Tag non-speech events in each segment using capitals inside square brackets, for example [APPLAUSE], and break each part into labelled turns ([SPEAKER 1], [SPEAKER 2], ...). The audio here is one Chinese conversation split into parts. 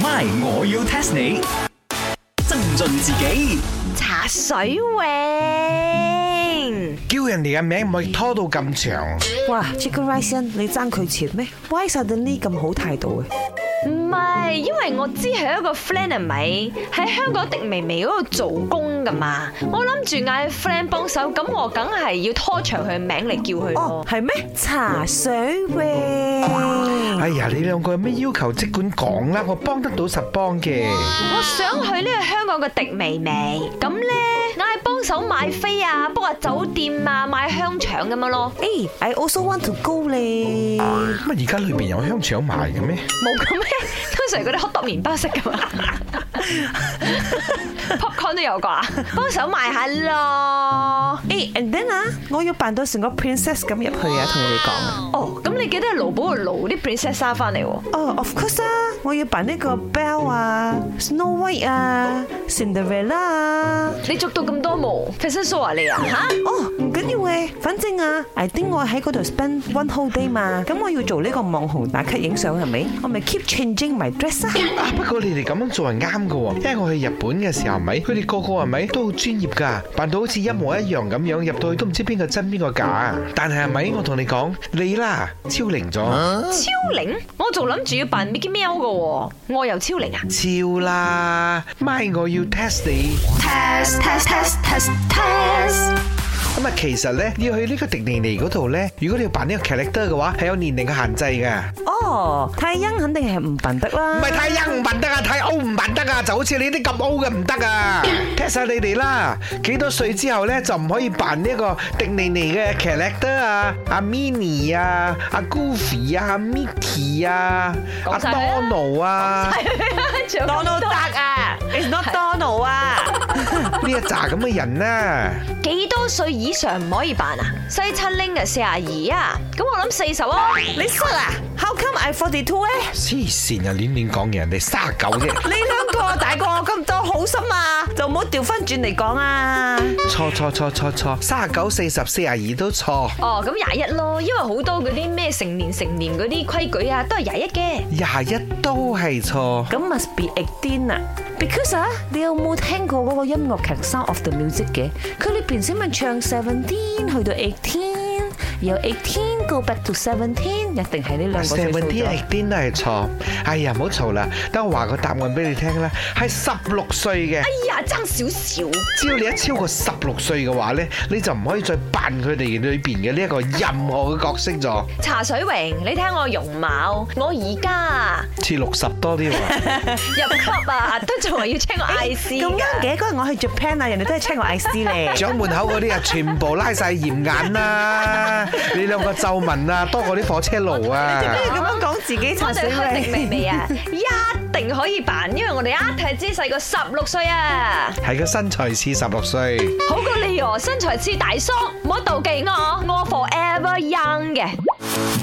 [SPEAKER 1] My，我要 test 你。增进自己，
[SPEAKER 2] 茶水泳。
[SPEAKER 3] 叫人哋嘅名唔可以拖到咁長。
[SPEAKER 4] 哇，Chicken Rice Inn，你爭佢錢咩？Why suddenly 咁好態度嘅？
[SPEAKER 2] 唔係，因為我知係一個 friend 係咪喺香港迪微微嗰度做工噶嘛，我諗住嗌 friend 幫手，咁我梗係要拖長佢名嚟叫佢
[SPEAKER 4] 哦
[SPEAKER 2] 咯，。
[SPEAKER 4] 係咩？茶水泳。
[SPEAKER 3] 哎呀，你兩個有咩要求即管講啦，我幫得到實幫嘅。
[SPEAKER 2] 我想去呢個香港嘅迪微微，咁呢，嗌幫手買飛啊，book 下酒店啊，買香腸咁樣咯，
[SPEAKER 4] 誒，I also want to go 咧。
[SPEAKER 3] 咁啊，而家裏面有香腸賣嘅咩？
[SPEAKER 2] 冇咁咩？通常嗰啲 hot dog 麵包式噶嘛，popcorn 都有啩，幫手買下咯。
[SPEAKER 4] 誒，and then 啊，我要扮到成個 princess 咁入去啊，同你哋講啊。
[SPEAKER 2] 哦，咁你記得勞保個勞啲 princess 衫翻嚟喎。
[SPEAKER 4] 哦，of course 啊，我要扮呢個 Belle 啊，Snow White 啊，Cinderella 啊。
[SPEAKER 2] 你捉到咁多毛，fashion show 啊你啊吓？
[SPEAKER 4] 哦，唔緊要嘅，反正啊，I think 我喺嗰度 spend one whole day 嘛，咁我要做呢個網紅打卡影相係咪？我咪 keep changing my dress 啊。
[SPEAKER 3] 啊，不過你哋咁樣做係啱嘅喎，因為我去日本嘅時候咪，佢哋個個係咪都好專業㗎，扮到好似一模一樣咁樣，入到去都唔知邊個真邊個假。但係係咪我同你講，你啦超齡咗，
[SPEAKER 4] 嗯
[SPEAKER 2] 超齡，我仲諗住要扮 Mickey 喵噶喎，我又超齡啊！ [LAUGHS]
[SPEAKER 3] 超啦咪我要 test 你。
[SPEAKER 5] test test test test test
[SPEAKER 3] 咁啊，其實咧要去呢個迪士尼嗰度咧，如果你要扮呢個 character 嘅話，係有年齡嘅限制嘅。
[SPEAKER 4] 哦，太欣肯定係唔扮得啦。
[SPEAKER 3] 唔係太young 唔扮得啊，太 old 唔扮得啊，就好似你啲咁 old 嘅唔得啊。踢晒你哋啦，幾多歲之後咧就唔可以扮呢個迪尼尼嘅 character 啊，阿 Minnie 啊，阿 Goofy 啊，阿 Mickey 啊，阿
[SPEAKER 2] 講晒啦
[SPEAKER 3] Donald 啊，
[SPEAKER 2] 仲有
[SPEAKER 4] Donald Duck 啊，It's not Donald à. 啊。
[SPEAKER 3] 呢一紮咁嘅人啊，
[SPEAKER 2] 幾多歲以上唔可以扮啊？西七拎啊，四廿二啊，咁我諗四十啊。
[SPEAKER 4] 你識啊？How à, come I forty two 咧？
[SPEAKER 3] 黐線啊，亂亂講嘢，人哋三十九啫，
[SPEAKER 4] 你兩個大過我咁多，好心啊，就唔好調翻轉嚟講啊。
[SPEAKER 3] 錯錯錯錯錯，三十九、四十、四廿二都錯。
[SPEAKER 2] 哦，咁廿一咯，因為好多嗰啲咩成年成年嗰啲規矩啊，都係廿一嘅。
[SPEAKER 3] 廿一都係錯，
[SPEAKER 4] 咁 must be eighteen 啊，because 啊，你有冇聽過嗰個音樂劇《Sound of the Music》嘅？佢裏邊先咪唱 seventeen 去到 eighteen，由 eighteen go back to seventeen，一定係呢兩個
[SPEAKER 3] 成
[SPEAKER 4] 歲數
[SPEAKER 3] 份啲
[SPEAKER 4] 咗。
[SPEAKER 3] 係癲都係錯。哎呀，唔好嘈啦，等我話個答案俾你聽啦，係十六歲嘅。
[SPEAKER 2] 哎呀，爭少少。
[SPEAKER 3] 只要你一超過十六歲嘅話呢，你就唔可以再扮佢哋裏邊嘅呢一個任何嘅角色咗，
[SPEAKER 2] 茶水榮，你睇我容貌，我而家啊
[SPEAKER 3] 似六十多啲喎。
[SPEAKER 2] 入級啊，都仲係要 check 我 IC
[SPEAKER 4] 哎咁
[SPEAKER 2] 㗎
[SPEAKER 4] 啱嘅，嗰日我去 Japan à, 啊，人哋都係 check 我 IC 咧。
[SPEAKER 3] 掌門口嗰啲啊，全部拉晒嚴眼啦，你兩個皺紋啊，多過啲火車路啊。
[SPEAKER 4] 你咁樣講自己
[SPEAKER 2] 我
[SPEAKER 4] 查死
[SPEAKER 2] 哋去迪微。
[SPEAKER 4] 你
[SPEAKER 2] 微啊，一定可以扮，因為我哋一睇知細過十六歲啊，
[SPEAKER 3] 係個身材似十六歲，
[SPEAKER 2] 好過你哦，身材似大叔，唔好妒忌我，我 forever young 嘅。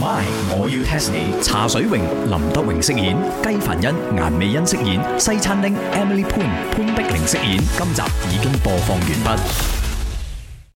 [SPEAKER 1] My，我要 test 你。茶水榮、林德榮飾演，雞凡欣、顏美欣飾演，西餐廳 Emily Poon 潘碧玲飾演。今集已經播放完畢。